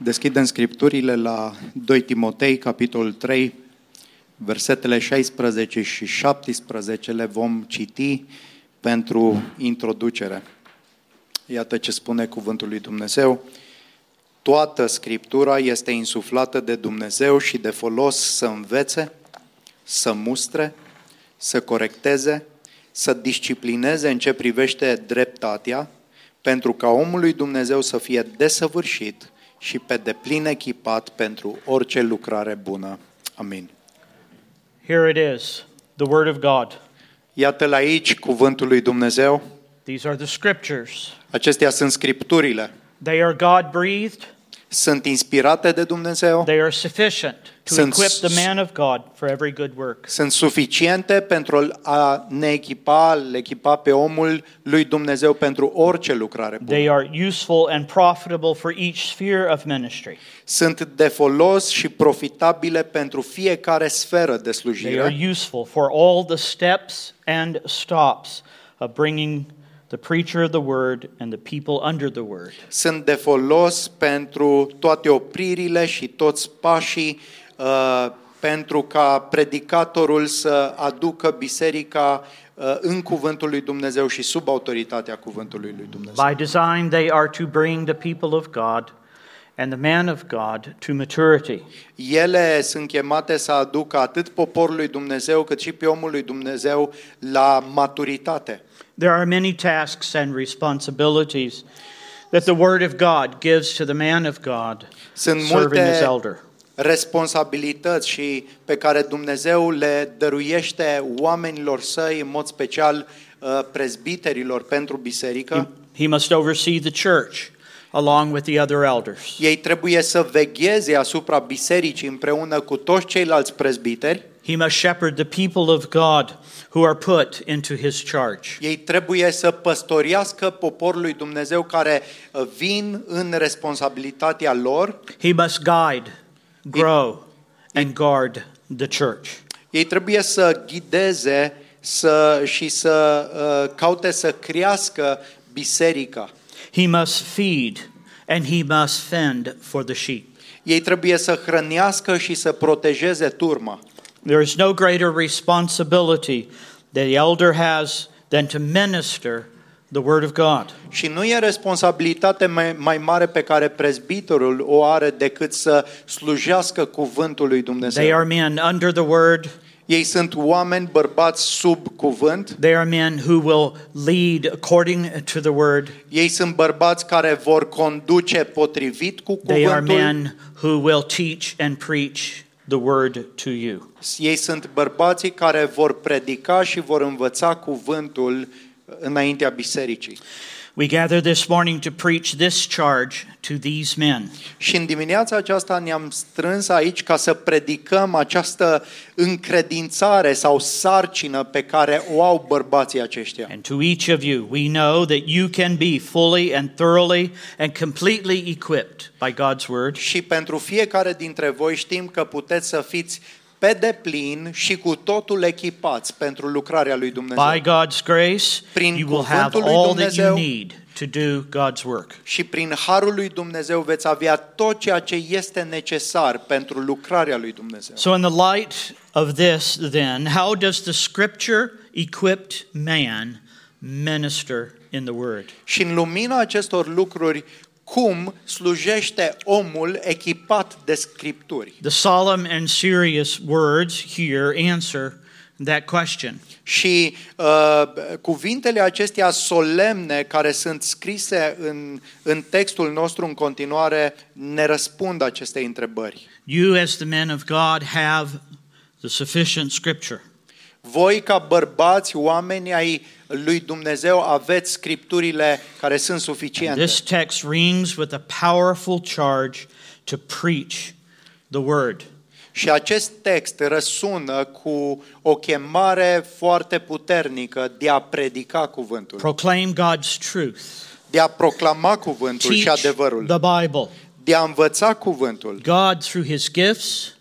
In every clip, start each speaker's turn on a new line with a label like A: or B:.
A: Deschidem scripturile la 2 Timotei, capitolul 3, versetele 16 și 17 le vom citi pentru introducere. Iată ce spune cuvântul lui Dumnezeu. Toată scriptura este insuflată de Dumnezeu și de folos să învețe, să mustre, să corecteze, să disciplineze în ce privește dreptatea, pentru ca omul lui Dumnezeu să fie desăvârșit și pe deplin echipat pentru orice lucrare bună. Amin.
B: Here it is, the Word of God.
A: Iată-l aici cuvântul lui Dumnezeu.
B: These are the Scriptures.
A: Acestea sunt scripturile.
B: They are God breathed,
A: Sunt inspirate de Dumnezeu.
B: they are sufficient to
A: Since-
B: equip the man of God for every good work.
A: Sunt suficiente pentru a ne echipa, îl echipa pe omul lui Dumnezeu pentru orice lucrare bună.
B: They are useful and profitable for each sphere of ministry.
A: Sunt de folos și profitabile pentru fiecare sferă de
B: They are
A: slujire.
B: useful for all the steps and stops of bringing the preacher of the Word and the people under the Word.
A: Sunt de folos pentru toate opririle și toți pașii uh, pentru ca predicatorul să aducă biserica uh, în cuvântul lui Dumnezeu și sub autoritatea cuvântului lui Dumnezeu.
B: By design, they are to bring the people of God and the man of God to maturity.
A: Ele sunt chemate să aducă atât poporul lui Dumnezeu cât și pe omul lui Dumnezeu la maturitate.
B: There are many tasks and responsibilities that the Word of God gives to the man of God
A: Sunt
B: serving as
A: multe
B: elder.
A: responsabilități și pe care Dumnezeu le dăruiește oamenilor săi, în mod special uh, prezbiterilor pentru
B: He,
A: biserică.
B: he must oversee the church along with the other elders.
A: Ei trebuie să vegheze asupra bisericii împreună cu toți ceilalți prezbiteri.
B: He must shepherd the people of God who are put into his charge.
A: Ei trebuie să păstorească poporul lui Dumnezeu care uh, vin în responsabilitatea lor
B: He must guide, grow, and guard the church.
A: Ei trebuie să ghideze să, și să uh, caute să crească biserica.
B: He must feed and he must fend for the sheep.
A: Ei trebuie să hrănească și să protejeze turma.
B: There is no greater responsibility that the elder has than to minister the Word of God.
A: Și nu e responsabilitate mai, mai mare pe care prezbitorul o are decât să slujească cuvântul lui
B: They
A: Dumnezeu.
B: are men under the Word,
A: Ei sunt oameni bărbați sub cuvânt,
B: they are men who will lead according to the Word,
A: ei sunt bărbați care vor conduce potrivit cu
B: they are
A: cuvântul,
B: men who will teach and preach the Word to you.
A: ei sunt bărbații care vor predica și vor învăța cuvântul înaintea bisericii.
B: We gather this morning to preach this charge to these men.
A: Și în dimineața aceasta ne-am strâns aici ca să predicăm această încredințare sau sarcină pe care o au bărbații aceștia.
B: And to each of you, we know that you can be fully and thoroughly and completely equipped by God's Word.
A: Și pentru fiecare dintre voi știm că puteți să fiți pe deplin și cu totul echipați pentru lucrarea lui
B: By
A: Dumnezeu.
B: God's grace,
A: Prin
B: you will have
A: cuvântul lui
B: all that you
A: Dumnezeu.
B: need to do God's work.
A: Și prin harul lui Dumnezeu veți avea tot ceea ce este necesar pentru lucrarea lui Dumnezeu.
B: So, in the light of this, then, how does the scripture equipped man minister in the word?
A: Și în lumina acestor lucruri, cum slujește omul echipat de scripturi?
B: The solemn and serious words here answer that question.
A: Și uh, cuvintele acestea solemne care sunt scrise în, în textul nostru în continuare ne răspund acestei întrebări.
B: You, as the men of God, have the sufficient scripture.
A: Voi, ca bărbați, oameni ai lui Dumnezeu, aveți scripturile care sunt suficiente.
B: This text rings with a powerful charge to preach the word.
A: Și acest text răsună cu o chemare foarte puternică de a predica cuvântul,
B: Proclaim God's truth.
A: de a proclama cuvântul
B: teach Da.
A: și adevărul,
B: the Bible.
A: de a învăța cuvântul.
B: God, through his gifts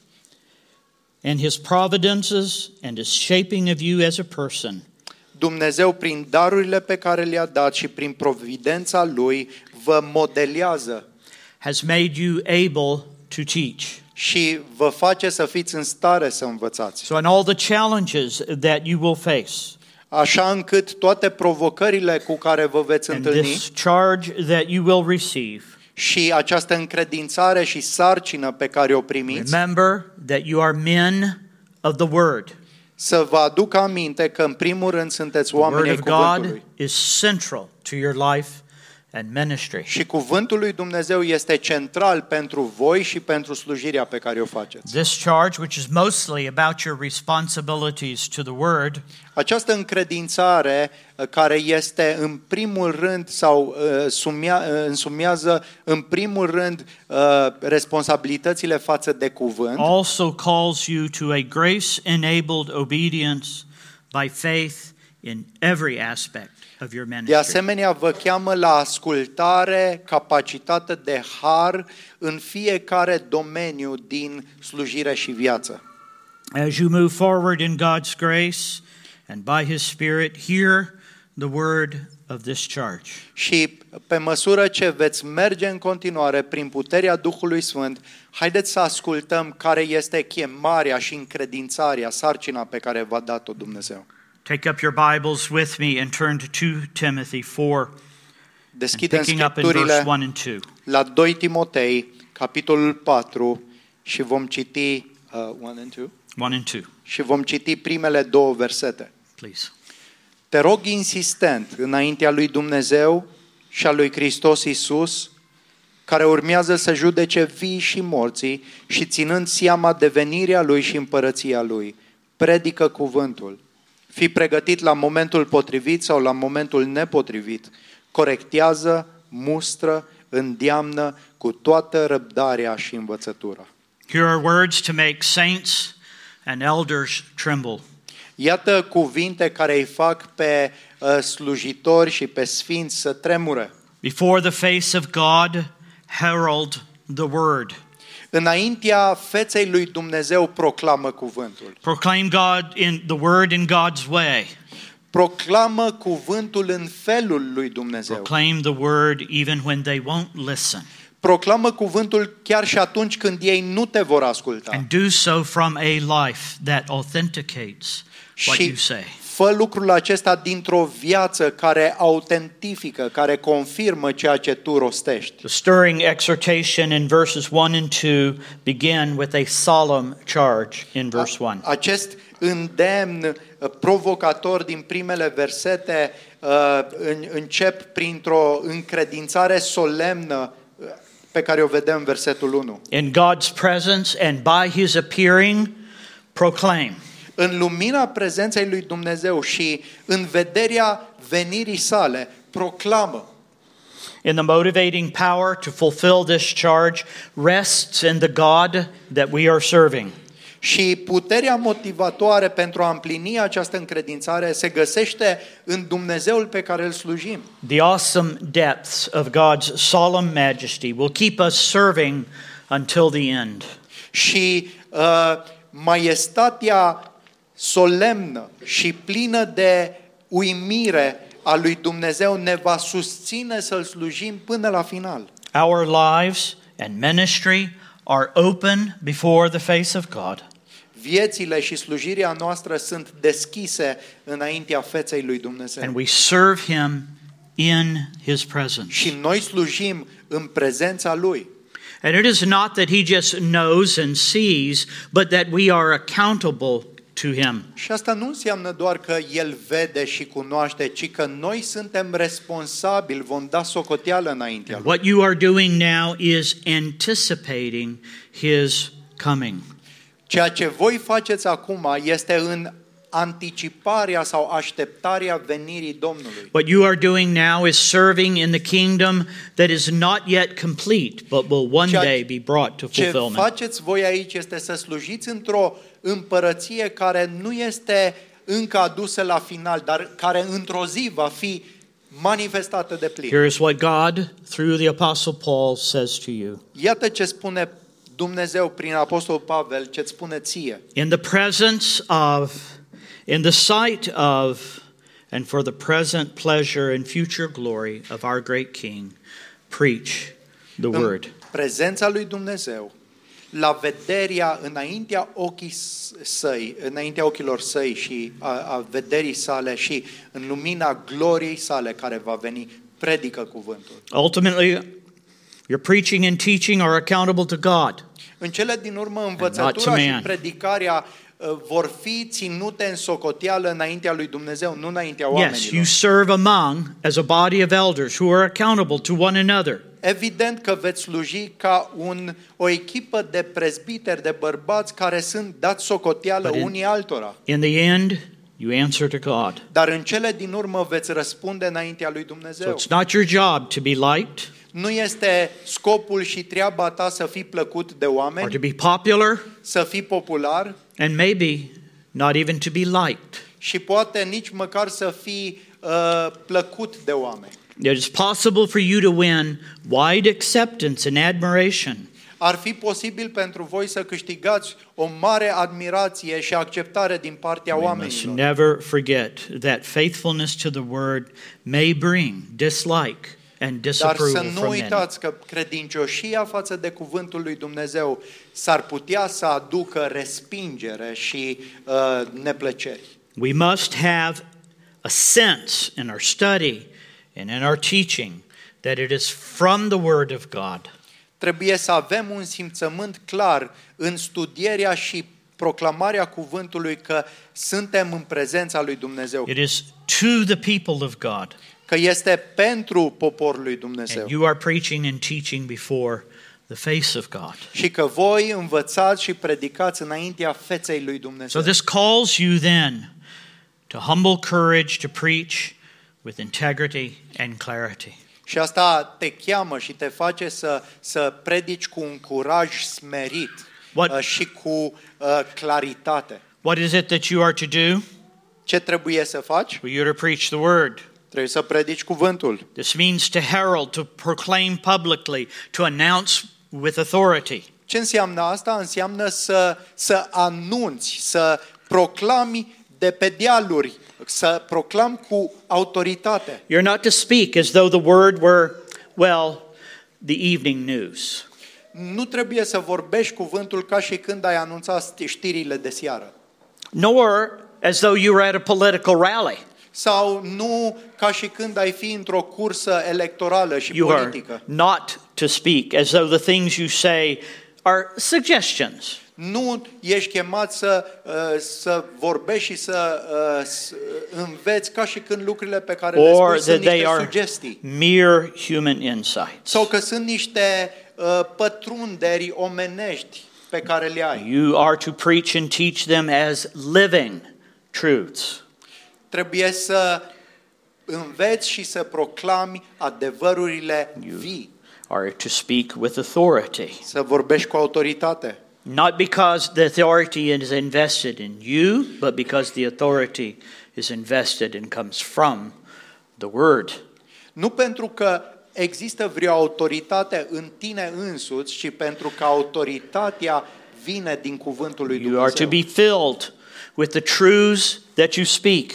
B: and his providences and his shaping of you as a person,
A: Dumnezeu, prin darurile pe care le-a dat și prin providența Lui, vă modelează
B: has made you able to teach.
A: și vă face să fiți în stare să învățați.
B: So, in all the challenges that you will face,
A: Așa încât toate provocările cu care vă veți
B: and
A: întâlni
B: this charge that you will receive,
A: și această încredințare și sarcină pe care o primiți,
B: remember that you are men of the Word.
A: să vă aduc aminte că în primul rând sunteți
B: The Word
A: oameni ai
B: of God
A: cuvântului.
B: is central to your life and ministry.
A: Și cuvântul lui Dumnezeu este central pentru voi și pentru slujirea pe care o faceți.
B: This charge, which is mostly about your responsibilities to the Word,
A: Această încredințare uh, care este în primul rând sau uh, sumea, uh, însumează în primul rând uh, responsabilitățile față de cuvânt,
B: also calls you to a grace enabled obedience by faith in every aspect of your
A: de
B: ministry.
A: asemenea vă cheamă la ascultare, capacitate de har în fiecare domeniu din slujire și viață.
B: As you move forward in God's grace and by His Spirit, hear the word of this charge.
A: Și pe măsură ce veți merge în continuare prin puterea Duhului Sfânt, haideți să ascultăm care este chemarea și încredințarea, sarcina pe care v-a dat-o Dumnezeu.
B: Take up your Bibles with me and turn to 2 Timothy 4, and
A: Deschidem
B: picking up in verse
A: scripturile
B: 1 and 2.
A: la 2 Timotei, capitolul 4 și vom citi uh, one and two,
B: 1 and 2,
A: și vom citi primele două versete.
B: please.
A: Te rog insistent înaintea lui Dumnezeu și a lui Hristos Isus, care urmează să judece vii și morții și ținând seama de venirea lui și împărăția lui, predică cuvântul. Fii pregătit la momentul potrivit sau la momentul nepotrivit. Corectează, mustră, îndeamnă cu toată răbdarea și învățătura.
B: Here are words to make saints and elders tremble.
A: Iată cuvinte care îi fac pe uh, slujitori și pe sfinți să tremure.
B: Before the face of God, herald the word.
A: Înaintea feței lui Dumnezeu proclamă cuvântul.
B: Proclaim God in the word in God's way.
A: Proclamă cuvântul în felul lui Dumnezeu.
B: Proclaim the word even when they won't listen.
A: Proclamă cuvântul chiar și atunci când ei nu te vor asculta.
B: And do so from a life that authenticates what
A: Și
B: you say.
A: fă lucrul acesta dintr-o viață care autentifică, care confirmă ceea ce tu rostești.
B: The stirring exhortation in verses 1 and 2 begin with a solemn charge in verse 1.
A: Acest îndemn uh, provocator din primele versete uh, în- încep printr-o încredințare solemnă uh, pe care o vedem în versetul 1.
B: In God's presence and by his appearing, proclaim.
A: în lumina prezenței lui Dumnezeu și în vederea venirii sale, proclamă.
B: In the motivating power to fulfill this charge rests in the God that we are serving.
A: Și puterea motivatoare pentru a împlini această încredințare se găsește în Dumnezeul pe care îl slujim.
B: The awesome depths of God's solemn majesty will keep us serving until the end.
A: Și uh, maiestatea solemnă și plină de uimire a lui Dumnezeu ne va susține să-L slujim până la final.
B: Our lives and ministry are open before the face of God.
A: Viețile și slujirea noastră sunt deschise înaintea feței lui Dumnezeu.
B: and we serve him in his presence.
A: și noi slujim în prezența Lui.
B: And it is not that he just knows and sees, but that we are accountable to him.
A: Și asta nu înseamnă doar că El vede și cunoaște, ci că noi suntem responsabili, vom da socoteală înaintea Lui.
B: What you are doing now is anticipating his coming.
A: Ceea ce voi faceți acum este în anticiparea sau așteptarea venirii Domnului.
B: What you are doing now is serving in the kingdom that is not yet complete, but will one
A: Ceea-
B: day be brought to
A: Ce
B: fulfillment.
A: faceți voi aici este să slujiți într-o împărăție care nu este încă adusă la final, dar care într-o zi va fi manifestată de plin.
B: Here is what God, through the Apostle Paul, says to you.
A: Iată ce spune Dumnezeu prin Apostol Pavel, ce îți spune ție.
B: in the presence of, in the sight of, and for the present
A: Um,
B: pleasure and future glory of our great King, preach the word.
A: În prezența lui Dumnezeu, la vederea înaintea ochii s- săi, înaintea ochilor săi și a, a vederii sale și în lumina gloriei sale care va veni, predică cuvântul.
B: Ultimately, your preaching and teaching are accountable to God.
A: În cele din urmă,
B: not to
A: învățătura
B: man.
A: și predicarea uh, vor fi ținute în socoteală înaintea lui Dumnezeu, nu înaintea
B: Yes,
A: oamenilor.
B: you serve among as a body of elders who are accountable to one another.
A: Evident că veți sluji ca un, o echipă de prezbiteri, de bărbați care sunt dați socoteală
B: But in-
A: unii altora.
B: In the end, you answer to God.
A: Dar în cele din urmă veți răspunde înaintea lui
B: So
A: Dumnezeu.
B: it's not your job to be liked
A: Nu este scopul și treaba ta să fii plăcut de
B: or to
A: oameni,
B: be popular
A: să fii popular
B: and maybe not even to be liked.
A: și poate nici măcar să fii uh, plăcut de oameni.
B: It is possible for you to win wide acceptance and admiration
A: Ar fi posibil pentru voi să câștigați o mare admirație și acceptare din partea
B: We must
A: oamenilor.
B: never forget that faithfulness to the word may bring dislike and
A: Dar să
B: disapproval
A: nu
B: from men.
A: uitați că credincioșia față de cuvântul lui Dumnezeu s-ar putea să aducă respingere și uh, neplăceri.
B: We must have a sense in our study and in our teaching that it is from the word of God.
A: Trebuie să avem un simțământ clar în studierea și proclamarea cuvântului că suntem în prezența lui Dumnezeu,
B: It is to the people of God.
A: că este pentru poporul lui Dumnezeu
B: And you are preaching and teaching before the face of God.
A: și că voi învățați și predicați înaintea feței lui Dumnezeu.
B: So this calls you then to humble courage to preach with integrity and clarity.
A: Și asta te cheamă și te face să, să predici cu un curaj smerit
B: What-
A: uh, și cu uh, claritate.
B: What is it that you are to do?
A: Ce trebuie să faci?
B: Well, you're to preach the word.
A: Trebuie să predici cuvântul.
B: This means to herald, to proclaim publicly, to announce with authority.
A: Ce înseamnă asta? Înseamnă să, să anunți, să proclami de pe dealuri, să proclam cu autoritate.
B: You're not to speak as though the word were, well, the evening news.
A: Nu trebuie să vorbești cuvântul ca și când ai anunțat știrile de seară.
B: Nor as though you were at a political rally.
A: Sau nu ca și când ai fi într-o cursă electorală și
B: You are
A: politică.
B: not to speak as though the things you say are suggestions.
A: Nu ești chemat să, uh, să vorbești și să uh, s- înveți ca și când lucrurile pe care le
B: Or
A: spui sunt
B: that they
A: niște
B: are
A: sugestii.
B: mere human insights.
A: Sau că sunt niște uh, pătrunderi omenești pe care le ai.
B: You are to preach and teach them as living truths.
A: Trebuie să înveți și să proclami adevărurile vii.
B: Are to speak with authority.
A: Să vorbești cu autoritate.
B: Not because the authority is invested in you, but because the authority is invested and comes from the Word.
A: Nu pentru că există vreo autoritate în tine însuți, ci pentru că autoritatea vine din cuvântul lui
B: You are to
A: Dumnezeu.
B: be filled with the truths that you speak.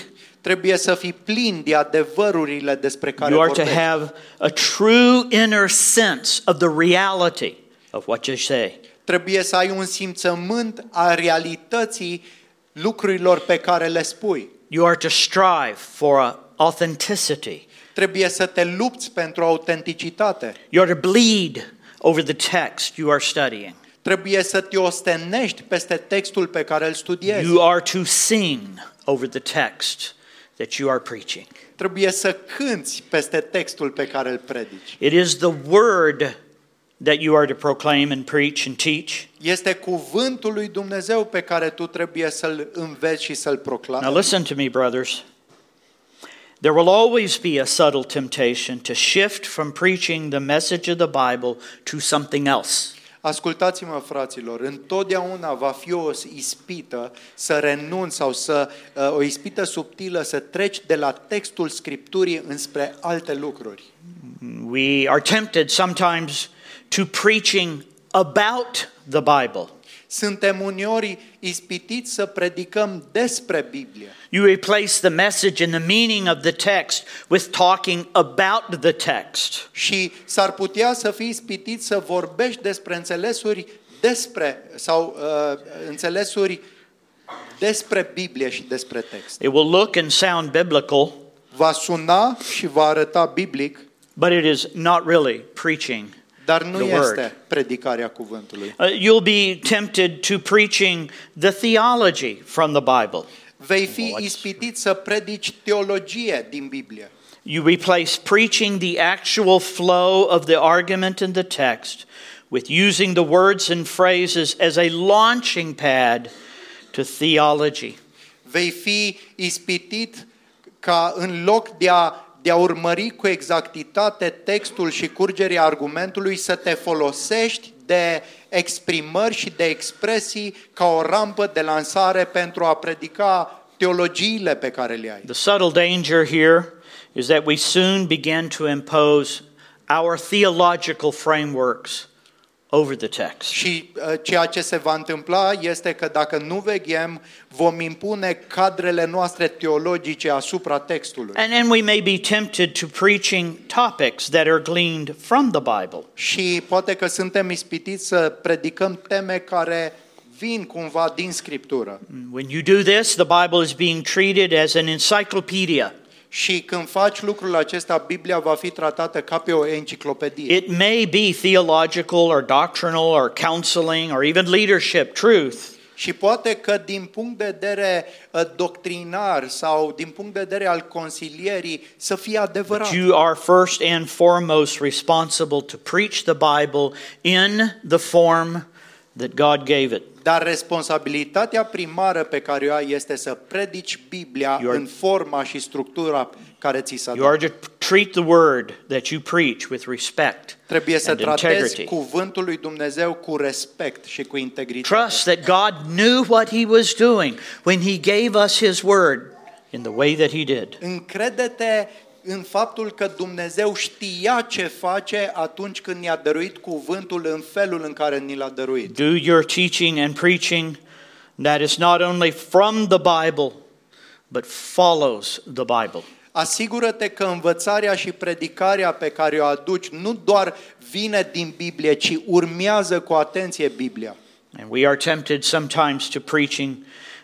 A: Trebuie să fii plin de adevărurile despre care
B: You are to
A: vorbești.
B: have a true inner sense of the reality of what you say.
A: Trebuie să ai un simțământ a realității lucrurilor pe care le spui.
B: You are to strive for uh, authenticity.
A: Trebuie să te lupți pentru autenticitate.
B: You are to bleed over the text you are studying.
A: Trebuie să te ostenești peste textul pe care îl studiezi.
B: You are to sing over the text that you are preaching.
A: Trebuie să cânți peste textul pe care îl predici.
B: It is the word that you are to proclaim and preach and teach.
A: Este cuvântul lui Dumnezeu pe care tu trebuie să-l înveți și să-l
B: Now,
A: proclami.
B: listen to me, brothers. There will always be a subtle temptation to shift from preaching the message of the Bible to something else.
A: Ascultați-mă, fraților, întotdeauna va fi o ispită să renunți sau să uh, o ispită subtilă să treci de la textul Scripturii înspre alte lucruri.
B: We are tempted sometimes to preaching about the Bible
A: Suntem uneori ispitiți să predicăm despre Biblie.
B: You replace the message and the meaning of the text with talking about the text.
A: Și s-ar putea să fii ispitit să vorbești despre înțelesuri despre sau uh, înțelesuri despre Biblie și despre text.
B: It will look and sound biblical,
A: Va suna și va arăta biblic,
B: but it is not really preaching.
A: dar nu
B: The
A: este
B: word.
A: predicarea cuvântului.
B: Uh, you'll be tempted to preaching the theology from the Bible.
A: Vei fi ispitit să predici teologie din Biblie.
B: You replace preaching the actual flow of the argument in the text with using the words and phrases as a launching pad to theology.
A: Vei fi ispitit ca în loc de a, de a urmări cu exactitate textul și curgerea argumentului să te folosești de exprimări și de expresii ca o rampă de lansare pentru a predica teologiile pe care le ai.
B: The subtle danger here is that we soon begin to impose our theological frameworks over the text.
A: Și uh, ceea ce se va întâmpla este că dacă nu veghem, vom impune cadrele noastre teologice asupra textului.
B: And then we may be tempted to preaching topics that are gleaned from the Bible.
A: Și poate că suntem ispitiți să predicăm teme care vin cumva din Scriptură.
B: When you do this, the Bible is being treated as an encyclopedia.
A: Și când faci lucrul acesta, Biblia va fi tratată ca pe o enciclopedie.
B: It may be theological or doctrinal or counseling or even leadership truth,
A: Și poate că din punct de vedere uh, doctrinar sau din punct de vedere al consilierii să fie adevărat.
B: but you are first and foremost responsible to preach the Bible in the form that God gave it.
A: Dar responsabilitatea primară pe care o ai este să predici Biblia
B: You are-
A: în forma și structura care ți s-a
B: You
A: dat.
B: are to treat the word that you preach with respect.
A: Trebuie să
B: and
A: tratezi
B: integrity.
A: cuvântul lui Dumnezeu cu respect și cu integritate.
B: Trust that God knew what he was doing when he gave us his word in the way that he did.
A: Încrede-te în faptul că Dumnezeu știa ce face atunci când ne-a dăruit cuvântul în felul în care ni l-a dăruit.
B: Do your teaching and preaching that is not only from the Bible, but follows the Bible.
A: Asigură-te că învățarea și predicarea pe care o aduci nu doar vine din Biblie, ci urmează cu atenție Biblia.
B: And we are tempted sometimes to preaching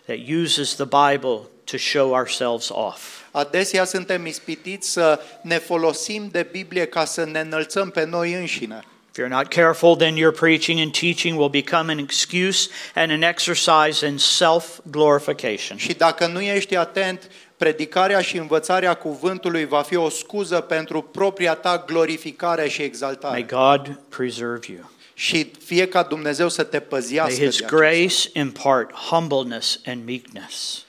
B: that uses the Bible to show ourselves off.
A: Adesea suntem ispitiți să ne folosim de Biblie ca să ne înălțăm pe noi înșine.
B: If you're not careful, then your preaching and teaching will become an excuse and an exercise in self glorification.
A: Și dacă nu ești atent, predicarea și învățarea cuvântului va fi o scuză pentru propria ta glorificare și
B: May
A: exaltare.
B: God preserve you.
A: Și fie ca Dumnezeu să te păzească.
B: May His
A: de aceasta.
B: grace impart humbleness and meekness.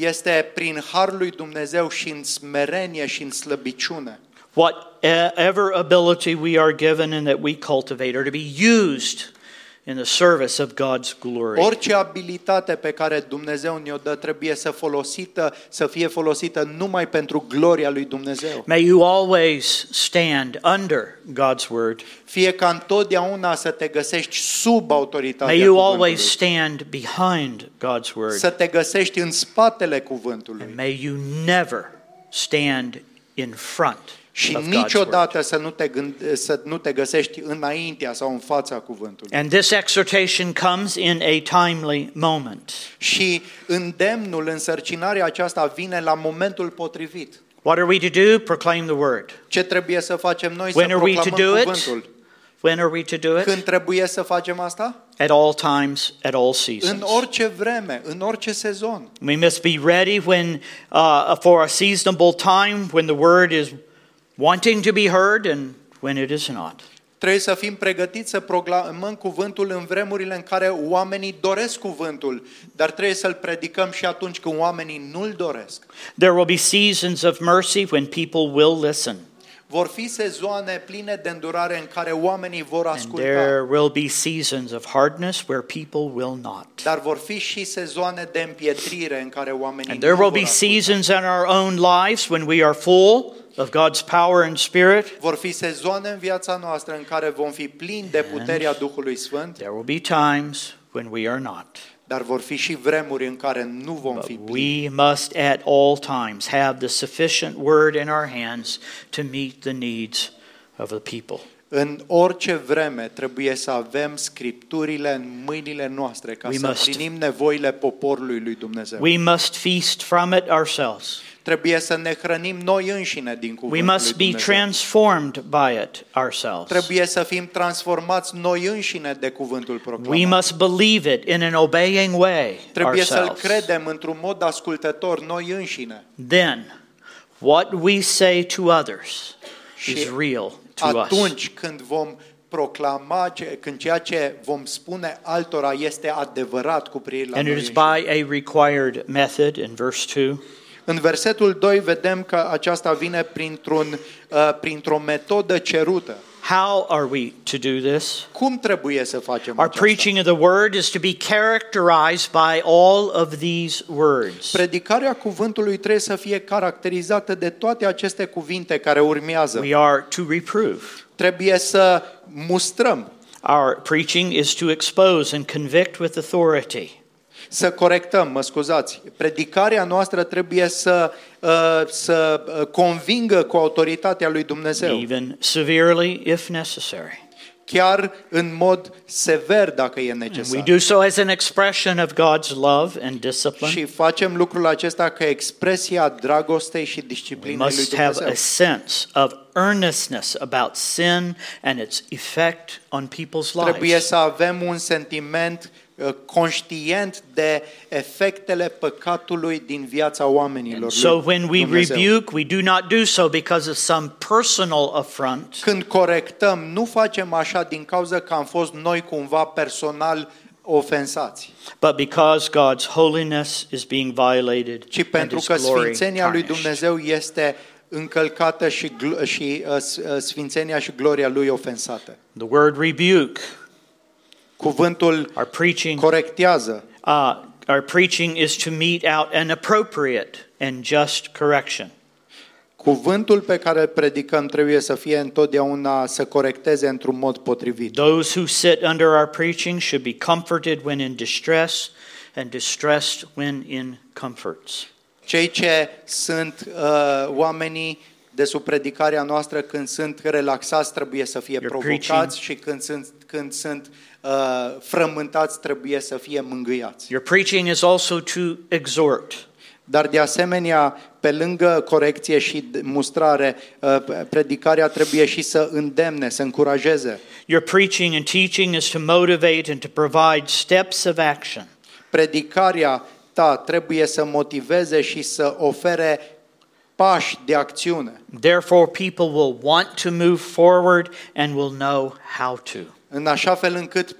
A: Este prin harul lui Dumnezeu și în smerenie și în slăbiciune.
B: whatever ability we are given and that we cultivate are to be used in the service of God's glory.
A: Orice abilitate pe care Dumnezeu ne-o dă trebuie să folosită, să fie folosită numai pentru gloria lui Dumnezeu.
B: May you always stand under God's word.
A: Fie ca întotdeauna să te găsești sub autoritatea
B: May you
A: cuvântului.
B: always stand behind God's word.
A: Să te găsești în spatele
B: And
A: cuvântului.
B: may you never stand in front
A: Și
B: of God's word.
A: niciodată să nu, te gând- să nu te găsești înaintea sau în fața cuvântului.
B: And this exhortation comes in a timely moment.
A: Și îndemnul, însărcinarea aceasta vine la momentul potrivit.
B: What are we to do? Proclaim the word.
A: Ce trebuie să facem noi
B: When
A: să
B: are we to
A: proclamăm
B: do it?
A: cuvântul?
B: When are we to do it?
A: Când trebuie să facem asta?
B: At all times, at all
A: În
B: seasons.
A: orice vreme, în orice sezon.
B: We must be ready when, uh, for a seasonable time when the word is wanting to be heard and when it is not.
A: Trebuie să fim pregătiți să proclamăm cuvântul în vremurile în care oamenii doresc cuvântul, dar trebuie să-l predicăm și atunci când oamenii nu-l doresc.
B: There will be seasons of mercy when people will listen,
A: Vor fi sezoane pline de îndurare în care oamenii vor
B: and
A: asculta.
B: there will be seasons of hardness where people will not.
A: Dar vor fi și sezoane de împietrire în care oamenii
B: And there
A: nu
B: will
A: vor
B: be
A: asculta.
B: seasons in our own lives when we are full of God's power and spirit.
A: Vor fi sezoane în viața noastră în care vom fi plini de puterea Duhului Sfânt
B: There will be times when we are not.
A: Dar vor fi și vremuri în care nu vom fi plini.
B: We must at all times have the sufficient word in our hands to meet the needs of the people.
A: În orice vreme trebuie să avem scripturile în mâinile noastre ca
B: We
A: să
B: must.
A: împlinim nevoile poporului lui Dumnezeu.
B: We must feast from it ourselves.
A: trebuie să ne hrănim noi înșine din
B: We
A: cuvântul
B: must
A: lui
B: be
A: Dumnezeu.
B: transformed by it ourselves.
A: trebuie să fim transformați noi înșine de cuvântul
B: We
A: proclamat.
B: must believe it in an obeying way
A: Trebuie să-l
B: ourselves.
A: credem într-un mod ascultător noi înșine.
B: Then, what we say to others
A: Și
B: is real to us.
A: Atunci când vom proclama, ce- când ceea ce vom spune altora este adevărat cu privire la
B: And
A: noi
B: it is
A: înșine.
B: by a required method in verse 2.
A: În versetul 2 vedem că aceasta vine printr-un, uh, printr-o metodă cerută.
B: How are we to do this?
A: Cum trebuie să facem
B: Our
A: aceasta?
B: preaching of the word is to be characterized by all of these words.
A: Predicarea cuvântului trebuie să fie caracterizată de toate aceste cuvinte care urmează.
B: We are to reprove.
A: Trebuie să mustrăm,
B: Our preaching is to expose and convict with authority.
A: să corectăm, mă scuzați. Predicarea noastră trebuie să, uh, să uh, convingă cu autoritatea lui Dumnezeu,
B: even severely if necessary.
A: chiar în mod sever dacă e
B: And we
A: necesar.
B: do so as an expression of God's love and discipline.
A: Și facem lucrul acesta ca expresia dragostei și
B: We
A: disciplinei lui
B: must have
A: Dumnezeu.
B: a sense of earnestness about sin and its effect on people's
A: Trebuie
B: lives.
A: să avem un sentiment uh, conștient de efectele păcatului din viața oamenilor.
B: So
A: lui
B: when we
A: Dumnezeu.
B: rebuke, we do not do so because of some personal affront,
A: Când corectăm, nu facem așa din cauza că am fost noi cumva personal ofensați,
B: but because God's holiness is being violated
A: ci
B: and
A: pentru
B: his
A: că
B: glory
A: sfințenia lui
B: tarnished.
A: Dumnezeu este încălcată și, gl- și uh, s- uh, sfințenia și gloria lui ofensată.
B: The word rebuke,
A: Cuvântul
B: our preaching
A: corectează.
B: Uh, our preaching is to mete out an appropriate and just correction.
A: Cuvântul pe care îl predicăm trebuie să fie întotdeauna să corecteze într-un mod potrivit.
B: Those who sit under our preaching should be comforted when in distress and distressed when in comforts.
A: Cei ce sunt uh, oamenii de sub predicarea noastră când sunt relaxați trebuie să fie
B: Your
A: provocați și când sunt, când sunt uh, frământați trebuie să fie mângâiați.
B: Your preaching is also to exhort.
A: Dar de asemenea, pe lângă corecție și d- mustrare, uh, predicarea trebuie și să îndemne, să încurajeze.
B: Your preaching and teaching is to motivate and to provide steps of action.
A: Predicarea ta trebuie să motiveze și să ofere pași de acțiune.
B: Therefore, people will want to move forward and will know how to.
A: în așa fel încât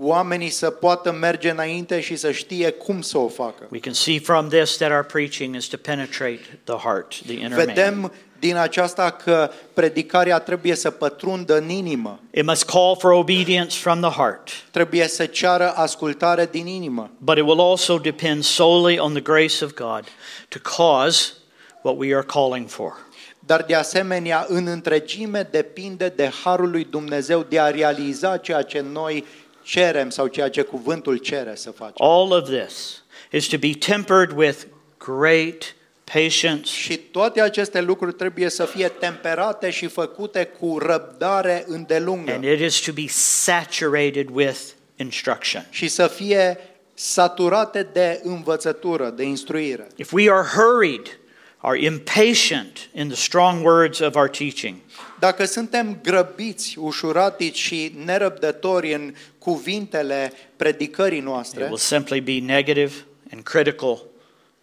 A: oamenii să poată merge înainte și să știe cum să o facă.
B: We can see from this that our preaching is to penetrate the heart, the inner man.
A: Vedem din aceasta că predicarea trebuie să pătrundă în inimă,
B: It must call for obedience from the heart,
A: trebuie să ceară ascultare din inimă,
B: but it will also depend solely on the grace of God to cause what we are calling for.
A: dar de asemenea în întregime depinde de harul lui Dumnezeu de a realiza ceea ce noi cerem sau ceea ce cuvântul cere să facem.
B: All of this is to be tempered with great patience
A: Și toate aceste lucruri trebuie să fie temperate și făcute cu răbdare îndelungă.
B: and it is to be saturated with instruction.
A: și să fie saturate de învățătură, de instruire.
B: If we are hurried, are impatient in the strong words of our teaching,
A: Dacă suntem grăbiți, ușuratici și nerăbdători în cuvintele predicării
B: it
A: noastre,
B: will simply be negative and critical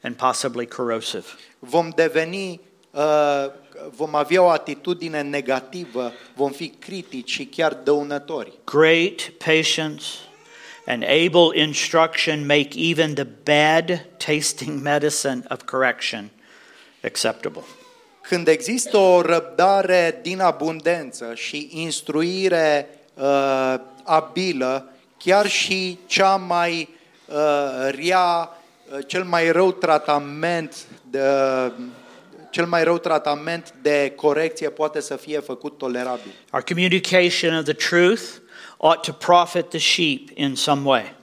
B: and possibly corrosive.
A: vom deveni uh, vom avea o atitudine negativă, vom fi critici și chiar dăunători.
B: Great patience and able instruction make even the bad tasting medicine of correction acceptable.
A: Când există o răbdare din abundență și instruire uh, abilă, chiar și cea mai uh, rea, uh, cel mai rău tratament de, uh, cel mai rău tratament de corecție poate să fie făcut tolerabil.
B: Our communication of the truth ought to profit the sheep in some way.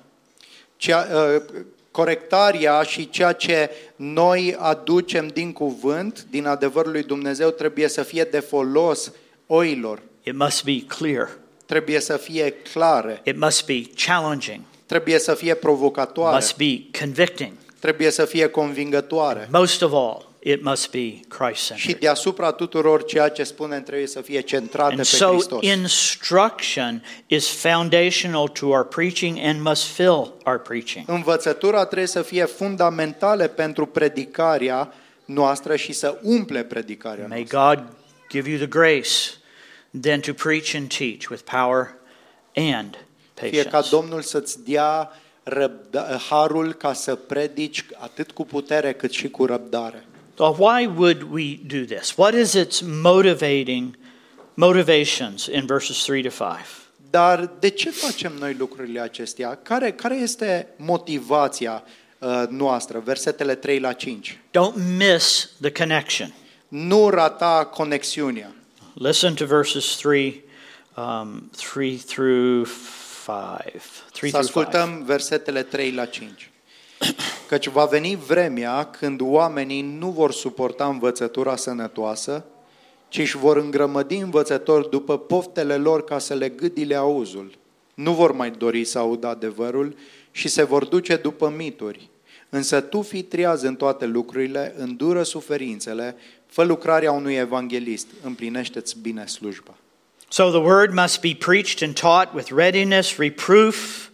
A: cea, uh, corectarea și ceea ce noi aducem din cuvânt, din adevărul lui Dumnezeu, trebuie să fie de folos oilor,
B: It must be clear,
A: trebuie să fie clare,
B: it must be challenging,
A: trebuie să fie provocatoare,
B: must be convicting.
A: trebuie să fie convingătoare.
B: Most of all, it must be Christ
A: Și
B: centered.
A: deasupra tuturor ceea ce spunem trebuie să fie centrate pe
B: And so,
A: Hristos.
B: instruction is foundational to our preaching and must fill our preaching.
A: Învățătura trebuie să fie fundamentală pentru predicarea noastră și să umple predicarea
B: May
A: noastră.
B: God give you the grace then to preach and teach with power and
A: Fie ca
B: patience.
A: Domnul să-ți dea răbda- harul ca să predici atât cu putere cât și cu răbdare.
B: So why would we do this? What is its motivating motivations in verses 3 to 5?
A: Dar de ce facem noi lucrurile acestea? Care, care este motivația uh, noastră? Versetele 3 la 5.
B: Don't miss the connection.
A: Nu rata conexiunea.
B: Listen to verses 3 um, 3 through 5. 3
A: Să
B: through 5.
A: ascultăm versetele 3 la 5. Căci va veni vremea când oamenii nu vor suporta învățătura sănătoasă, ci își vor îngrămădi învățători după poftele lor ca să le gâdile auzul. Nu vor mai dori să audă adevărul și se vor duce după mituri. Însă tu fii treaz în toate lucrurile, îndură suferințele, fă lucrarea unui evanghelist, împlinește-ți bine slujba.
B: So the word must be preached and taught with readiness, reproof,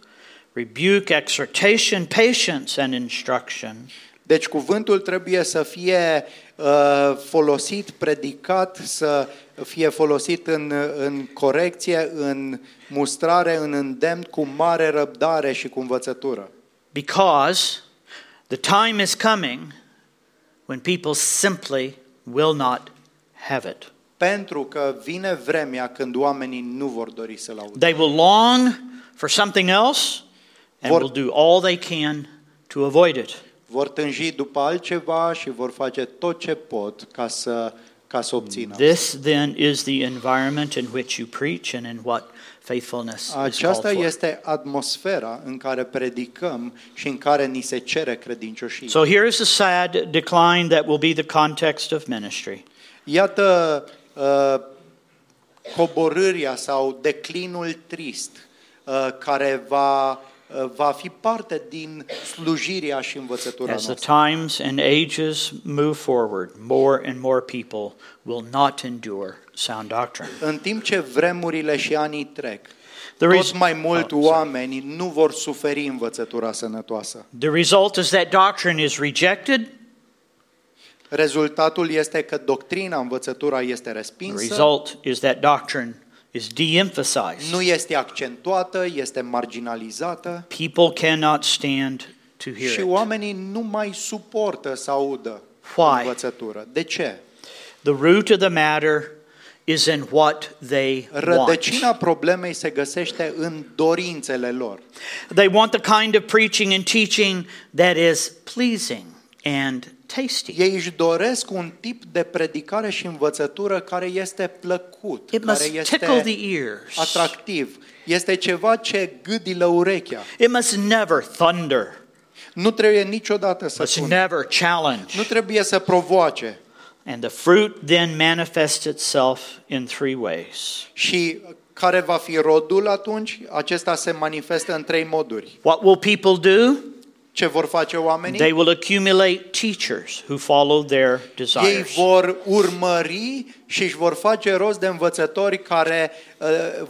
B: rebuke, exhortation, patience, and instruction.
A: Deci cuvântul trebuie să fie uh, folosit, predicat, să fie folosit în, în corecție, în mustrare, în îndemn, cu mare răbdare și cu învățătură.
B: Because the time is coming when people simply will not have it.
A: Pentru că vine vremea când oamenii nu vor dori să-L audă.
B: They will long for something else and
A: Vor-
B: will do all they can to avoid it.
A: Vor tânji după altceva și vor face tot ce pot ca să, ca să obțină.
B: This then is the environment in which you preach and in what faithfulness
A: Uh,
B: is called
A: Aceasta
B: for.
A: este atmosfera în care predicăm și în care ni se cere credincioșie.
B: So here is the sad decline that will be the context of ministry.
A: Iată uh, coborârea sau declinul trist uh, care va, uh, va fi parte din slujirea și învățătura
B: As the
A: noastră.
B: times and ages move forward, more and more people will not endure sound doctrine.
A: În timp ce vremurile și anii trec,
B: The,
A: tot
B: res-
A: mai mult
B: Oh, sorry.
A: oameni nu vor suferi învățătura sănătoasă.
B: the result is that doctrine is rejected.
A: Rezultatul este că doctrina, învățătura este
B: The
A: respinsă,
B: result is that doctrine is de emphasized.
A: nu e- este accentuată, este marginalizată
B: People cannot stand to
A: și
B: hear it.
A: oamenii nu mai suportă să audă
B: Why?
A: învățătură. De ce?
B: The root of the matter is in what they want.
A: Rădăcina problemei se găsește în dorințele lor.
B: They want the kind of preaching and teaching that is pleasing and tasty.
A: Ei își doresc un tip de predicare și învățătură care este plăcut, care
B: It must tickle
A: este
B: the ears.
A: atractiv. Este ceva ce gâdilă urechea.
B: It must never thunder.
A: Nu trebuie niciodată să
B: Must
A: sună.
B: never
A: Nu
B: challenge.
A: trebuie să provoace.
B: And the fruit then manifests itself in three ways.
A: Și care va fi rodul atunci? Acesta se manifestă în trei moduri.
B: What will people do?
A: Ce vor face oamenii?
B: They will accumulate teachers who follow their
A: Ei
B: desires.
A: vor urmări și își vor face rost de învățători care, uh,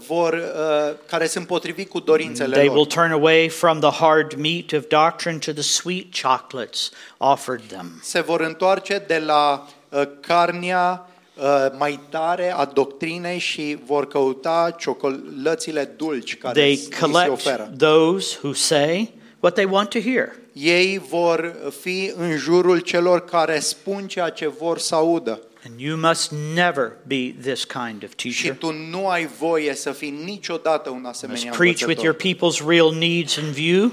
A: vor, uh, care sunt potrivit cu dorințele
B: They will
A: lor.
B: turn away from the hard meat of doctrine to the sweet chocolates offered them.
A: Se vor întoarce de la uh, carnea uh, mai tare a doctrinei și vor căuta ciocolățile dulci care
B: They
A: li se oferă.
B: collect those who say what they want to hear.
A: Ei vor fi în jurul celor care spun ceea ce vor să audă.
B: And you must never be this kind of
A: Și
B: teacher.
A: tu nu ai voie să fii niciodată un asemenea
B: Must preach with your
A: învățător.
B: people's real needs in view.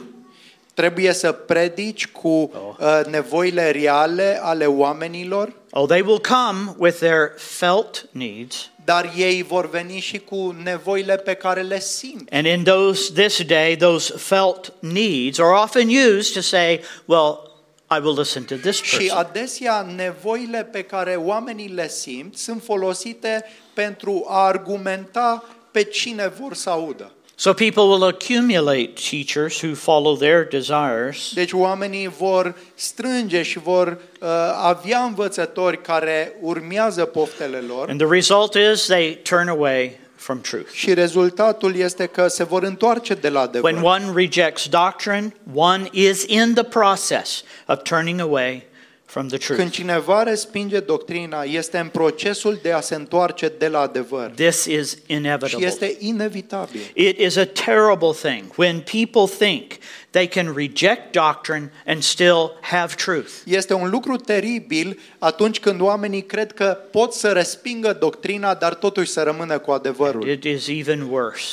A: Trebuie să predici cu uh, nevoile reale ale oamenilor,
B: Oh, they will come with their felt needs.
A: dar ei vor veni și cu nevoile pe care le simt.
B: And in those this day, those felt needs are often used to say, "Well, I will listen to this
A: Și
B: person."
A: adesea nevoile pe care oamenii le simt sunt folosite pentru a argumenta pe cine vor să audă.
B: So people will accumulate teachers who follow their desires,
A: Deci oamenii vor strânge și vor uh, avea învățători care urmează poftele lor
B: and the result is they turn away from truth.
A: și rezultatul este că se vor întoarce de la
B: When
A: adevăr.
B: one rejects doctrine, one is in the process of turning away from the
A: Când
B: truth.
A: cineva respinge doctrina, este în procesul de a se întoarce de la adevăr.
B: This is inevitable.
A: Și este inevitabil.
B: It is a terrible thing when people think they can reject doctrine and still have truth.
A: Este un lucru teribil atunci când oamenii cred că pot să respingă doctrina, dar totuși să rămână cu adevărul.
B: It is even worse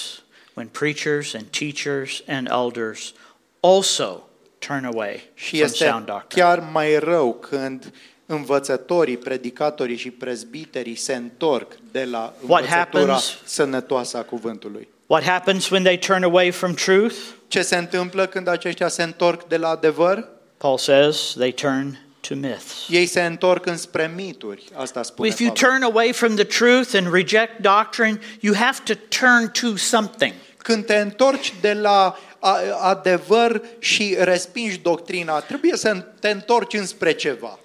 B: when preachers and teachers and elders also turn away
A: Și
B: from
A: este
B: sound doctrine.
A: chiar mai rău când învățătorii, predicatorii și prezbiterii se întorc de la
B: What
A: învățătura
B: happens?
A: sănătoasă a cuvântului.
B: What happens when they turn away from truth?
A: Ce se întâmplă când aceștia se întorc de la adevăr?
B: Paul says they turn to myths.
A: Ei se întorc înspre mituri, asta spune
B: If you
A: Pavel.
B: turn away from the truth and reject doctrine, you have to turn to something.
A: Când te întorci de la a- adevăr și respingi doctrina, trebuie să te întorci înspre ceva.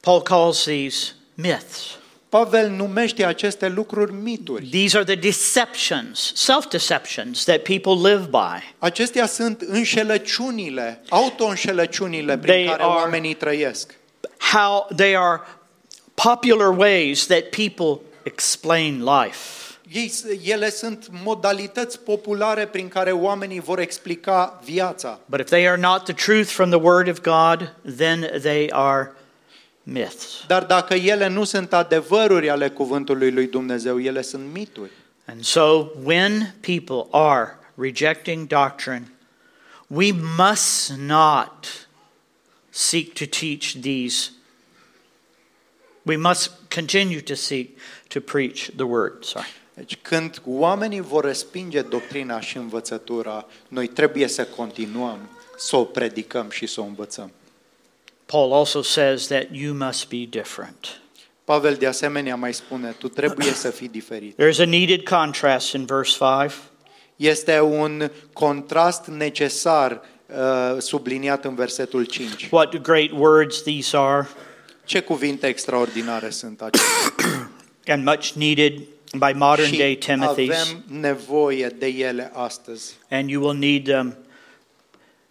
B: Paul calls these myths.
A: Pavel numește aceste lucruri mituri.
B: These are the deceptions, self deceptions that people live by.
A: Acestea sunt înșelăciunile, autoînșelăciunile prin
B: They
A: care
B: are-
A: oamenii trăiesc.
B: How they are popular ways that people explain life.
A: Ei, s- ele sunt modalități populare prin care oamenii vor explica viața.
B: But if they are not the truth from the Word of God, then they are myths.
A: Dar dacă ele nu sunt adevăruri ale cuvântului lui Dumnezeu, ele sunt mituri.
B: And so when people are rejecting doctrine, we must not seek to teach these. We must continue to seek to preach the Word. Sorry.
A: Deci când oamenii vor respinge doctrina și învățătura, noi trebuie să continuăm să o predicăm și să o învățăm.
B: Paul also says that you must be different.
A: Pavel de asemenea mai spune, tu trebuie să fii diferit.
B: There's a needed contrast in verse 5.
A: Este un contrast necesar uh, subliniat în versetul 5.
B: What great words these are,
A: Ce cuvinte extraordinare sunt acestea
B: and much needed by modern day
A: și
B: Timothy's,
A: avem nevoie de ele astăzi
B: and you will need them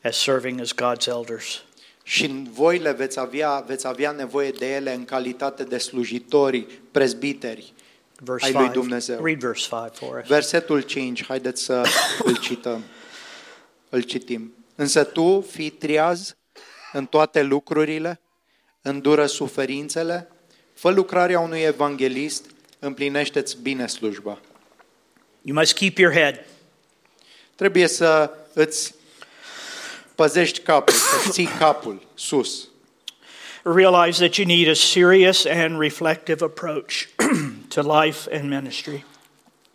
B: as serving as God's elders.
A: și voi le veți avea, veți avea nevoie de ele în calitate de slujitori, prezbiteri.
B: Verse
A: Ai lui
B: 5.
A: Dumnezeu.
B: Read verse 5 for us.
A: Versetul 5, haideți să îl cităm. Îl citim. Însă tu fii triaz în toate lucrurile, îndură suferințele, fă lucrarea unui evanghelist, împlinește-ți bine slujba.
B: You must keep your head.
A: Trebuie să îți păzești capul, să ții capul sus.
B: Realize that you need a serious and reflective approach to life and ministry.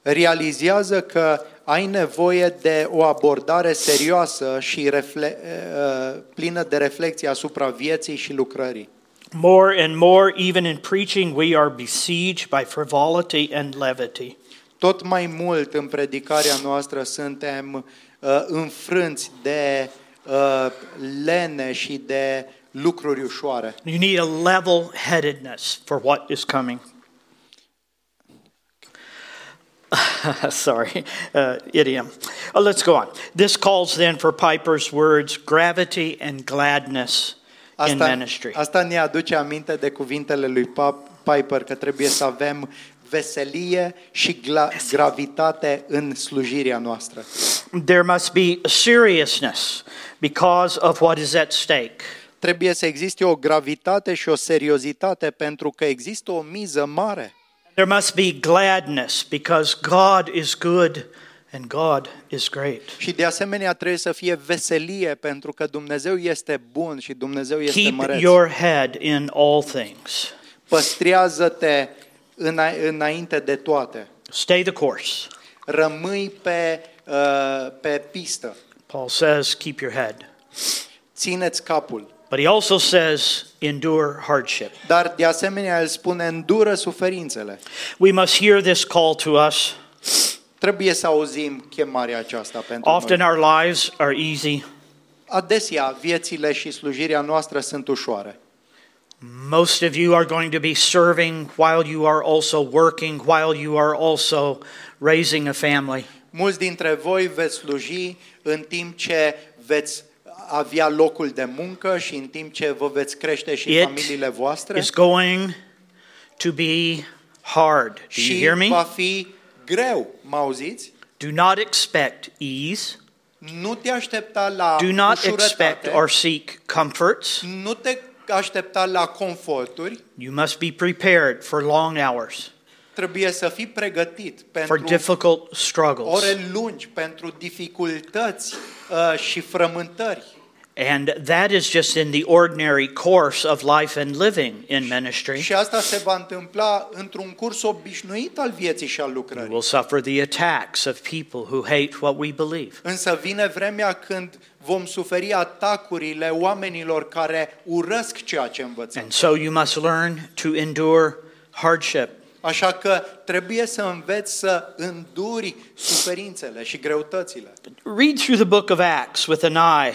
A: Realizează că ai nevoie de o abordare serioasă și refle- eh, plină de reflexie asupra vieții și lucrării.
B: More and more, even in preaching, we are besieged by frivolity and levity.
A: Tot mai mult în predicarea noastră suntem uh, înfrânți de uh, lene și de lucruri ușoare.
B: You need a level headedness for what is coming. Sorry, uh, idiom. Uh, let's go on. This calls then for Piper's words gravity and gladness in
A: Asta,
B: ministry.
A: asta ne aduce aminte de cuvintele lui Pap- Piper că trebuie să avem veselie și gla- gravitate în slujirea noastră.
B: There must be a seriousness because of what is at stake.
A: Trebuie să existe o gravitate și o seriozitate pentru că există o miză mare.
B: There must be gladness because God is good and God is great.
A: Și de asemenea trebuie să fie veselie pentru că Dumnezeu este bun și Dumnezeu este
B: Keep
A: măreț.
B: your head in all things.
A: Păstrează-te îna- înainte de toate.
B: Stay the course.
A: Rămâi pe, uh, pe pistă.
B: Paul says, keep your head.
A: Țineți capul.
B: But he also says, endure hardship.
A: Dar de asemenea el spune îndură suferințele.
B: We must hear this call to us.
A: Trebuie să auzim chemarea aceasta pentru
B: Often
A: noi.
B: our lives are easy,
A: Adesea viețile și slujirea noastră sunt ușoare.
B: Most of you are going to be serving while you are also working, while you are also raising a family.
A: Mulți dintre voi veți sluji în timp ce veți avea locul de muncă și în timp ce vă veți crește și
B: It
A: familiile voastre
B: It's going to be hard. Do you
A: și
B: hear me?
A: va fi greu, mă auziți?
B: Do not expect ease.
A: Nu te aștepta la
B: Do not expect
A: ușurătate,
B: or seek comforts.
A: nu te aștepta la conforturi,
B: You must be prepared for long hours,
A: trebuie să fii pregătit
B: for
A: pentru
B: difficult struggles.
A: ore lungi, pentru dificultăți uh, și frământări.
B: And that is just in the ordinary course of life and living in ministry.
A: Și asta se va întâmpla într-un curs obișnuit al vieții și al
B: We
A: lucrării.
B: will suffer the attacks of people who hate what we believe.
A: Însă vine vremea când vom suferi atacurile oamenilor care urăsc ceea ce învățăm.
B: And so you must learn to endure hardship.
A: Așa că trebuie să înveți să înduri suferințele și greutățile.
B: Read through the book of Acts with an eye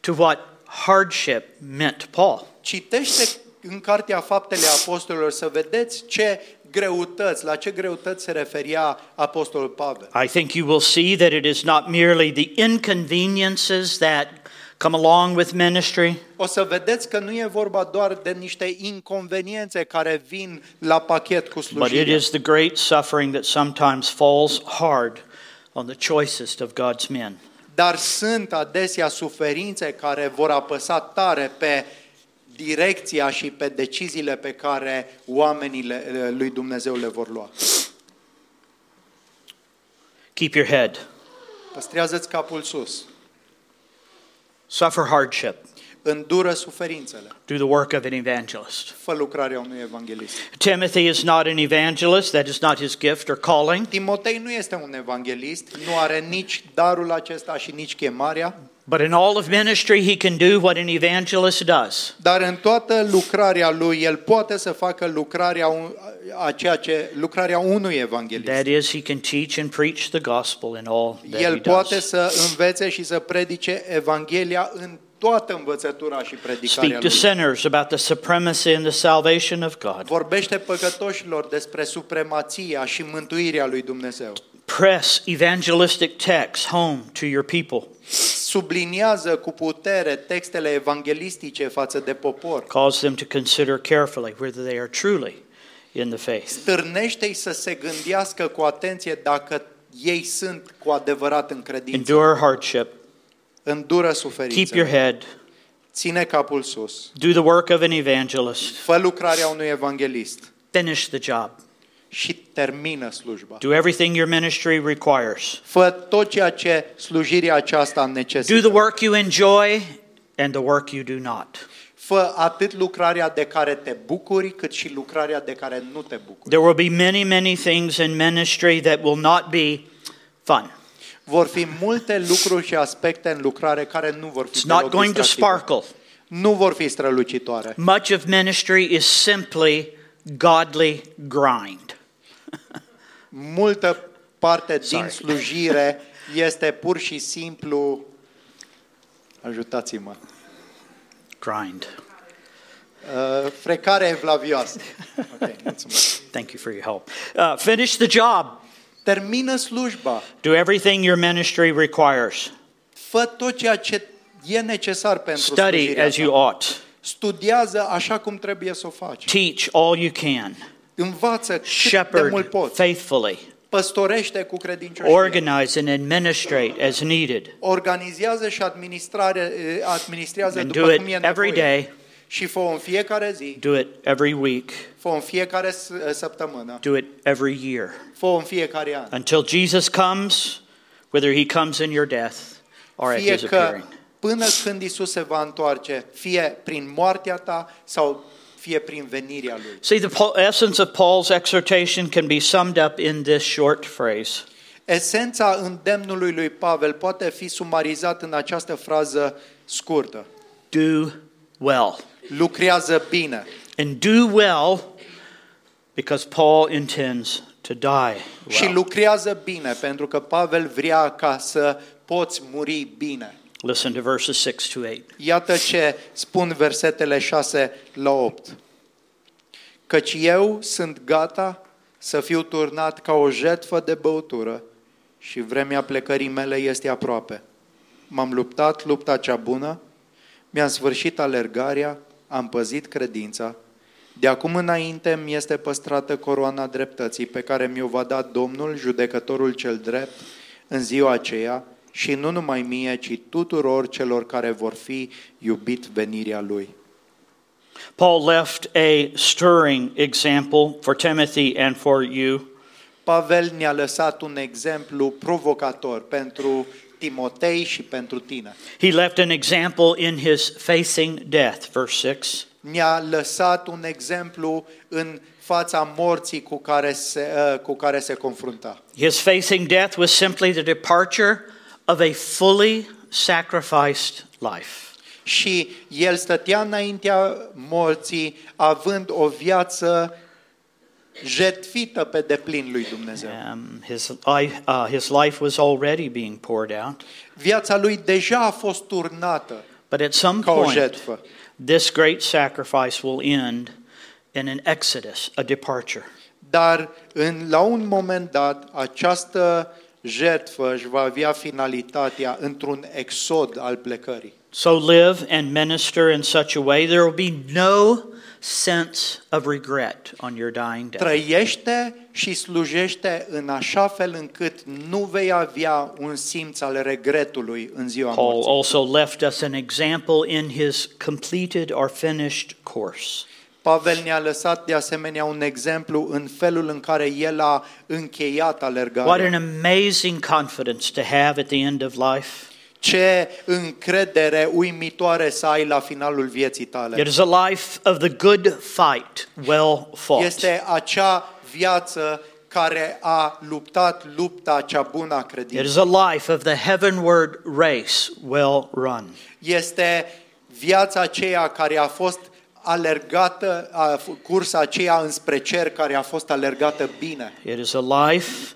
B: to what hardship meant to Paul.
A: Citește în Cartea Faptele Apostolilor să vedeți ce greutăți, la ce greutăți se referea Apostolul Pavel.
B: I think you will see that it is not merely the inconveniences that come along with ministry,
A: O să vedeți că nu e vorba doar de niște inconveniențe care vin la pachet cu
B: but it
A: slujirea,
B: is the great suffering that sometimes falls hard on the choicest of God's men.
A: dar sunt adesea suferințe care vor apăsa tare pe direcția și pe deciziile pe care oamenii le- lui Dumnezeu le vor lua.
B: Keep your head,
A: Păstrează-ți capul sus,
B: suffer hardship,
A: îndură suferințele,
B: do the work of an evangelist.
A: fă lucrarea unui evanghelist.
B: Timothy is not an evangelist, that is not his gift or calling.
A: Timotei nu este un evanghelist, nu are nici darul acesta și nici chemarea,
B: But in all of ministry, he can do what an evangelist does.
A: dar în toată lucrarea lui el poate să facă lucrarea un- a ceea ce lucrarea unui evanghelist.
B: That is, he can teach and preach the gospel in all that he
A: El poate
B: does.
A: să învețe și să predice evanghelia în toată învățătura și predicarea
B: Speak to
A: lui.
B: sinners about the supremacy and the salvation of God.
A: Vorbește păcătoșilor despre supremația și mântuirea lui Dumnezeu.
B: Press evangelistic texts home to your people.
A: Subliniază cu putere textele evanghelistice față de popor.
B: Cause them to consider carefully whether they are truly in the faith.
A: stârnește-i să se gândească cu atenție dacă ei sunt cu adevărat în credință.
B: Endure hardship.
A: Îndură
B: Keep your
A: suferințele.
B: head.
A: Ține capul sus.
B: Do the work of an evangelist.
A: Fă lucrarea unui evanghelist
B: Finish the job.
A: și termină slujba.
B: Do everything your ministry requires.
A: Fă tot ceea ce slujirea aceasta
B: Do the
A: necesită.
B: work you enjoy and the work you do not.
A: Fă atât lucrarea de care te bucuri, cât și lucrarea de care nu te bucuri.
B: There will be many, many things in ministry that will not be fun.
A: Vor fi multe lucruri și aspecte în lucrare care nu vor fi
B: It's not
A: deloc
B: going to
A: distractive.
B: sparkle.
A: Nu vor fi strălucitoare.
B: Much of ministry is simply godly grind.
A: multă parte din
B: Sorry.
A: slujire este pur și simplu ajutați-mă
B: Grind.
A: uh, frecare evlavioasă. Okay, mulțumesc.
B: Thank you for your help. Uh, finish the job.
A: Termină slujba.
B: Do everything your ministry requires.
A: Fă tot ceea ce e necesar pentru
B: Study
A: slujirea
B: as
A: ta.
B: you ought.
A: Studiază așa cum trebuie să o faci.
B: Teach all you can.
A: Învață cât de mult
B: Shepherd
A: poți.
B: faithfully.
A: Păstorește cu credincioșie.
B: Organize and administrate as needed.
A: Organizează și administrare, eh, administrează
B: And
A: după
B: do it
A: cum e
B: every
A: nevoie.
B: day.
A: Și fă în fiecare zi,
B: Do it every week.
A: fă în fiecare s- săptămână.
B: Do it every year.
A: Fă în fiecare an.
B: Until Jesus comes, whether he comes in your death or at
A: Fie
B: his
A: că
B: appearing.
A: până când Isus se va întoarce, fie prin moartea ta sau fie prin venirea lui.
B: See, the Paul- essence of Paul's exhortation can be summed up in this short phrase
A: Esența îndemnului lui Pavel poate fi sumarizat în această frază scurtă.
B: do well.
A: Lucrează bine.
B: And do well because Paul intends to die.
A: Și
B: well.
A: lucrează bine, pentru că Pavel vrea ca să poți muri bine.
B: Listen to verses 6 to 8.
A: Iată ce spun versetele 6 la 8. Căci eu sunt gata să fiu turnat ca o jetfă de băutură și vremea plecării mele este aproape. M-am luptat lupta cea bună, mi-am sfârșit alergarea, am păzit credința. De acum înainte mi este păstrată coroana dreptății pe care mi-o va da Domnul, judecătorul cel drept, în ziua aceea și nu numai mie, ci tuturor celor care vor fi iubit venirea Lui.
B: Paul left a stirring example for Timothy and for you.
A: Pavel ne-a lăsat un exemplu provocator pentru Timotei și pentru tine.
B: He left an example in his facing death, verse 6.
A: Ne-a lăsat un exemplu în fața morții cu care se, uh, cu care se confrunta.
B: His facing death was simply the departure of a fully sacrificed life.
A: Și el stătea înaintea morții, având o viață jetfită pe deplin lui Dumnezeu.
B: Um, his, life, uh, his life was already being poured out,
A: Viața lui deja a fost turnată
B: but at some
A: ca o
B: point,
A: jetfă.
B: this great sacrifice will end in an exodus, a departure.
A: Dar în, la un moment dat, această jertfă își va avea finalitatea într-un exod al plecării.
B: So live and minister in such a way there will be no sense of regret on your dying day.
A: Trăiește și slujește în așa fel încât nu vei avea un simț al regretului în ziua
B: Paul oh.
A: morții.
B: also left us an example in his completed or finished course.
A: Pavel ne-a lăsat de asemenea un exemplu în felul în care el a încheiat
B: What an
A: alergarea.
B: amazing confidence to have at the end of life.
A: Ce încredere uimitoare să ai la finalul vieții tale.
B: It is a life of the good fight, well fought.
A: este acea viață care a luptat lupta cea bună a
B: It
A: credinței.
B: is a life of the heavenward race, well run.
A: Este viața aceea care a fost alergată, a, f- cursa aceea înspre cer care a fost alergată bine
B: It is a life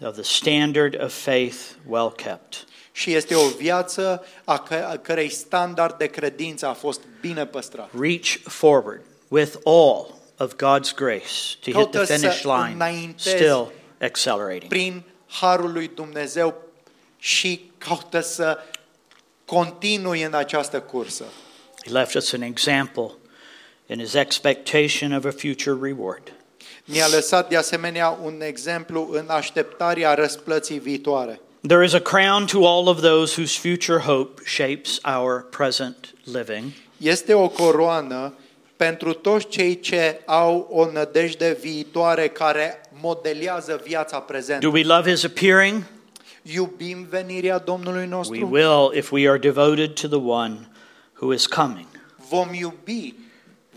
B: of the standard of faith, well kept.
A: și este o viață a, că, a cărei standard de credință a fost bine păstrat.
B: reach forward with all of God's grace to hit the
A: Caută să
B: finish line,
A: înaintezi.
B: still accelerating.
A: Prin harul lui Dumnezeu și caută să continui în această cursă.
B: He left us an example in his expectation of a future reward.
A: Ne-a lăsat de asemenea un exemplu în așteptarea răsplății viitoare.
B: There is a crown to all of those whose future hope shapes our present living.
A: Este o coroană pentru toți cei ce au o nădejde viitoare care modelează viața
B: Do
A: prezentă.
B: we love his appearing?
A: Iubim venirea Domnului
B: We
A: nostru?
B: will if we are devoted to the one who is coming.
A: Vom iubi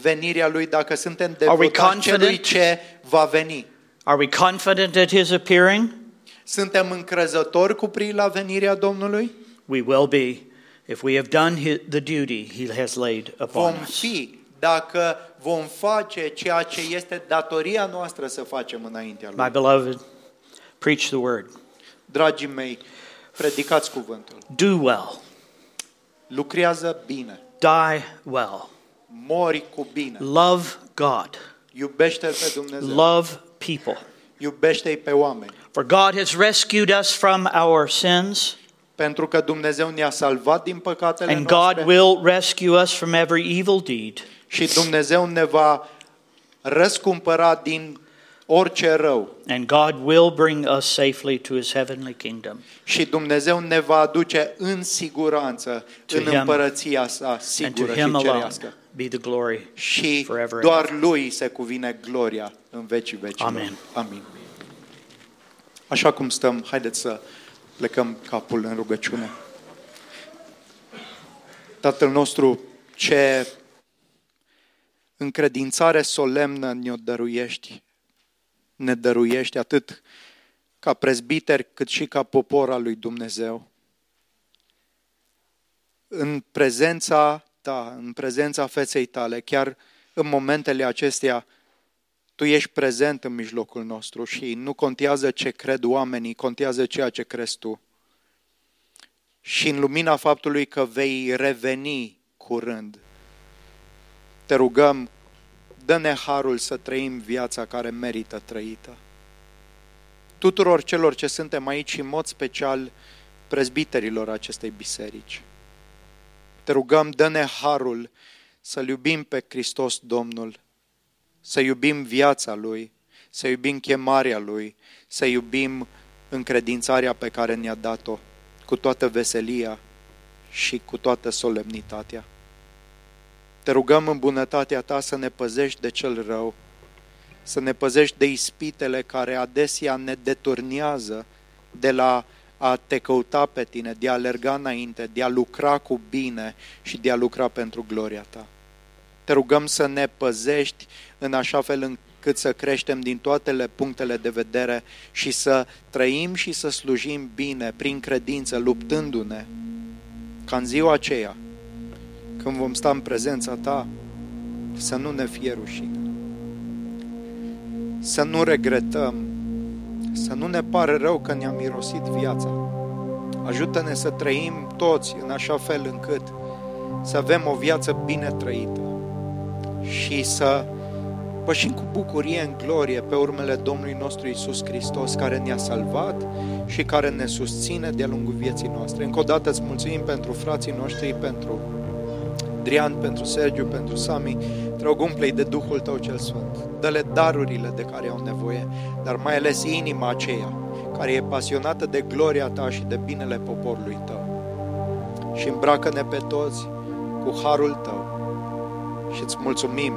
A: venirea Lui dacă suntem
B: Are we
A: devotați celui
B: confident?
A: ce va veni.
B: Are we confident at his appearing?
A: Suntem încrezători cu privire la venirea Domnului?
B: We will be if we have done hi- the duty he has laid upon
A: Vom
B: us.
A: fi dacă vom face ceea ce este datoria noastră să facem înaintea Lui.
B: My beloved, preach the word.
A: Dragii mei, predicați cuvântul.
B: Do well.
A: Lucrează bine,
B: Die well.
A: mori cu bine,
B: Love God.
A: iubește-L pe Dumnezeu,
B: Love people.
A: iubește-i pe oameni.
B: For God has rescued us from our sins,
A: Pentru că Dumnezeu ne-a salvat din păcatele
B: and God
A: noastre
B: will rescue us from every evil deed.
A: și Dumnezeu ne va răscumpăra din orice rău
B: And God will bring us safely to his heavenly kingdom.
A: și Dumnezeu ne va aduce în siguranță
B: To
A: în
B: him-
A: împărăția sa
B: And to
A: sigură
B: him
A: și
B: alone
A: cerească.
B: be the glory.
A: Și
B: Forever and
A: doar lui se cuvine gloria în vecii vecilor.
B: Amen.
A: Amin. Așa cum stăm, haideți să plecăm capul în rugăciune. Tatăl nostru, ce încredințare solemnă ne-o dăruiești, ne dăruiești atât ca prezbiteri cât și ca popor al lui Dumnezeu. În prezența ta, în prezența feței tale, chiar în momentele acestea, tu ești prezent în mijlocul nostru și nu contează ce cred oamenii, contează ceea ce crezi tu. Și în lumina faptului că vei reveni curând, te rugăm, dă-ne harul să trăim viața care merită trăită. Tuturor celor ce suntem aici și în mod special prezbiterilor acestei biserici. Te rugăm, dă-ne harul să-L iubim pe Hristos Domnul, să iubim viața Lui, să iubim chemarea Lui, să iubim încredințarea pe care ne-a dat-o cu toată veselia și cu toată solemnitatea. Te rugăm în bunătatea Ta să ne păzești de cel rău, să ne păzești de ispitele care adesea ne deturnează de la a te căuta pe Tine, de a alerga înainte, de a lucra cu bine și de a lucra pentru gloria Ta. Te rugăm să ne păzești în așa fel încât să creștem din toate punctele de vedere și să trăim și să slujim bine, prin credință, luptându-ne, ca în ziua aceea, când vom sta în prezența Ta, să nu ne fie rușine. Să nu regretăm, să nu ne pare rău că ne-am irosit viața. Ajută-ne să trăim toți în așa fel încât să avem o viață bine trăită și să pășim cu bucurie în glorie pe urmele Domnului nostru Isus Hristos, care ne-a salvat și care ne susține de-a lungul vieții noastre. Încă o dată îți mulțumim pentru frații noștri, pentru Drian, pentru Sergiu, pentru Sami, te rog umple de Duhul Tău cel Sfânt. Dă-le darurile de care au nevoie, dar mai ales inima aceea care e pasionată de gloria Ta și de binele poporului Tău. Și îmbracă-ne pe toți cu harul Tău și îți mulțumim.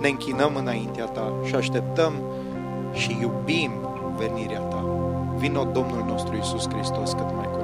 A: Ne închinăm înaintea Ta și așteptăm și iubim venirea Ta. Vino Domnul nostru Isus Hristos cât mai curând.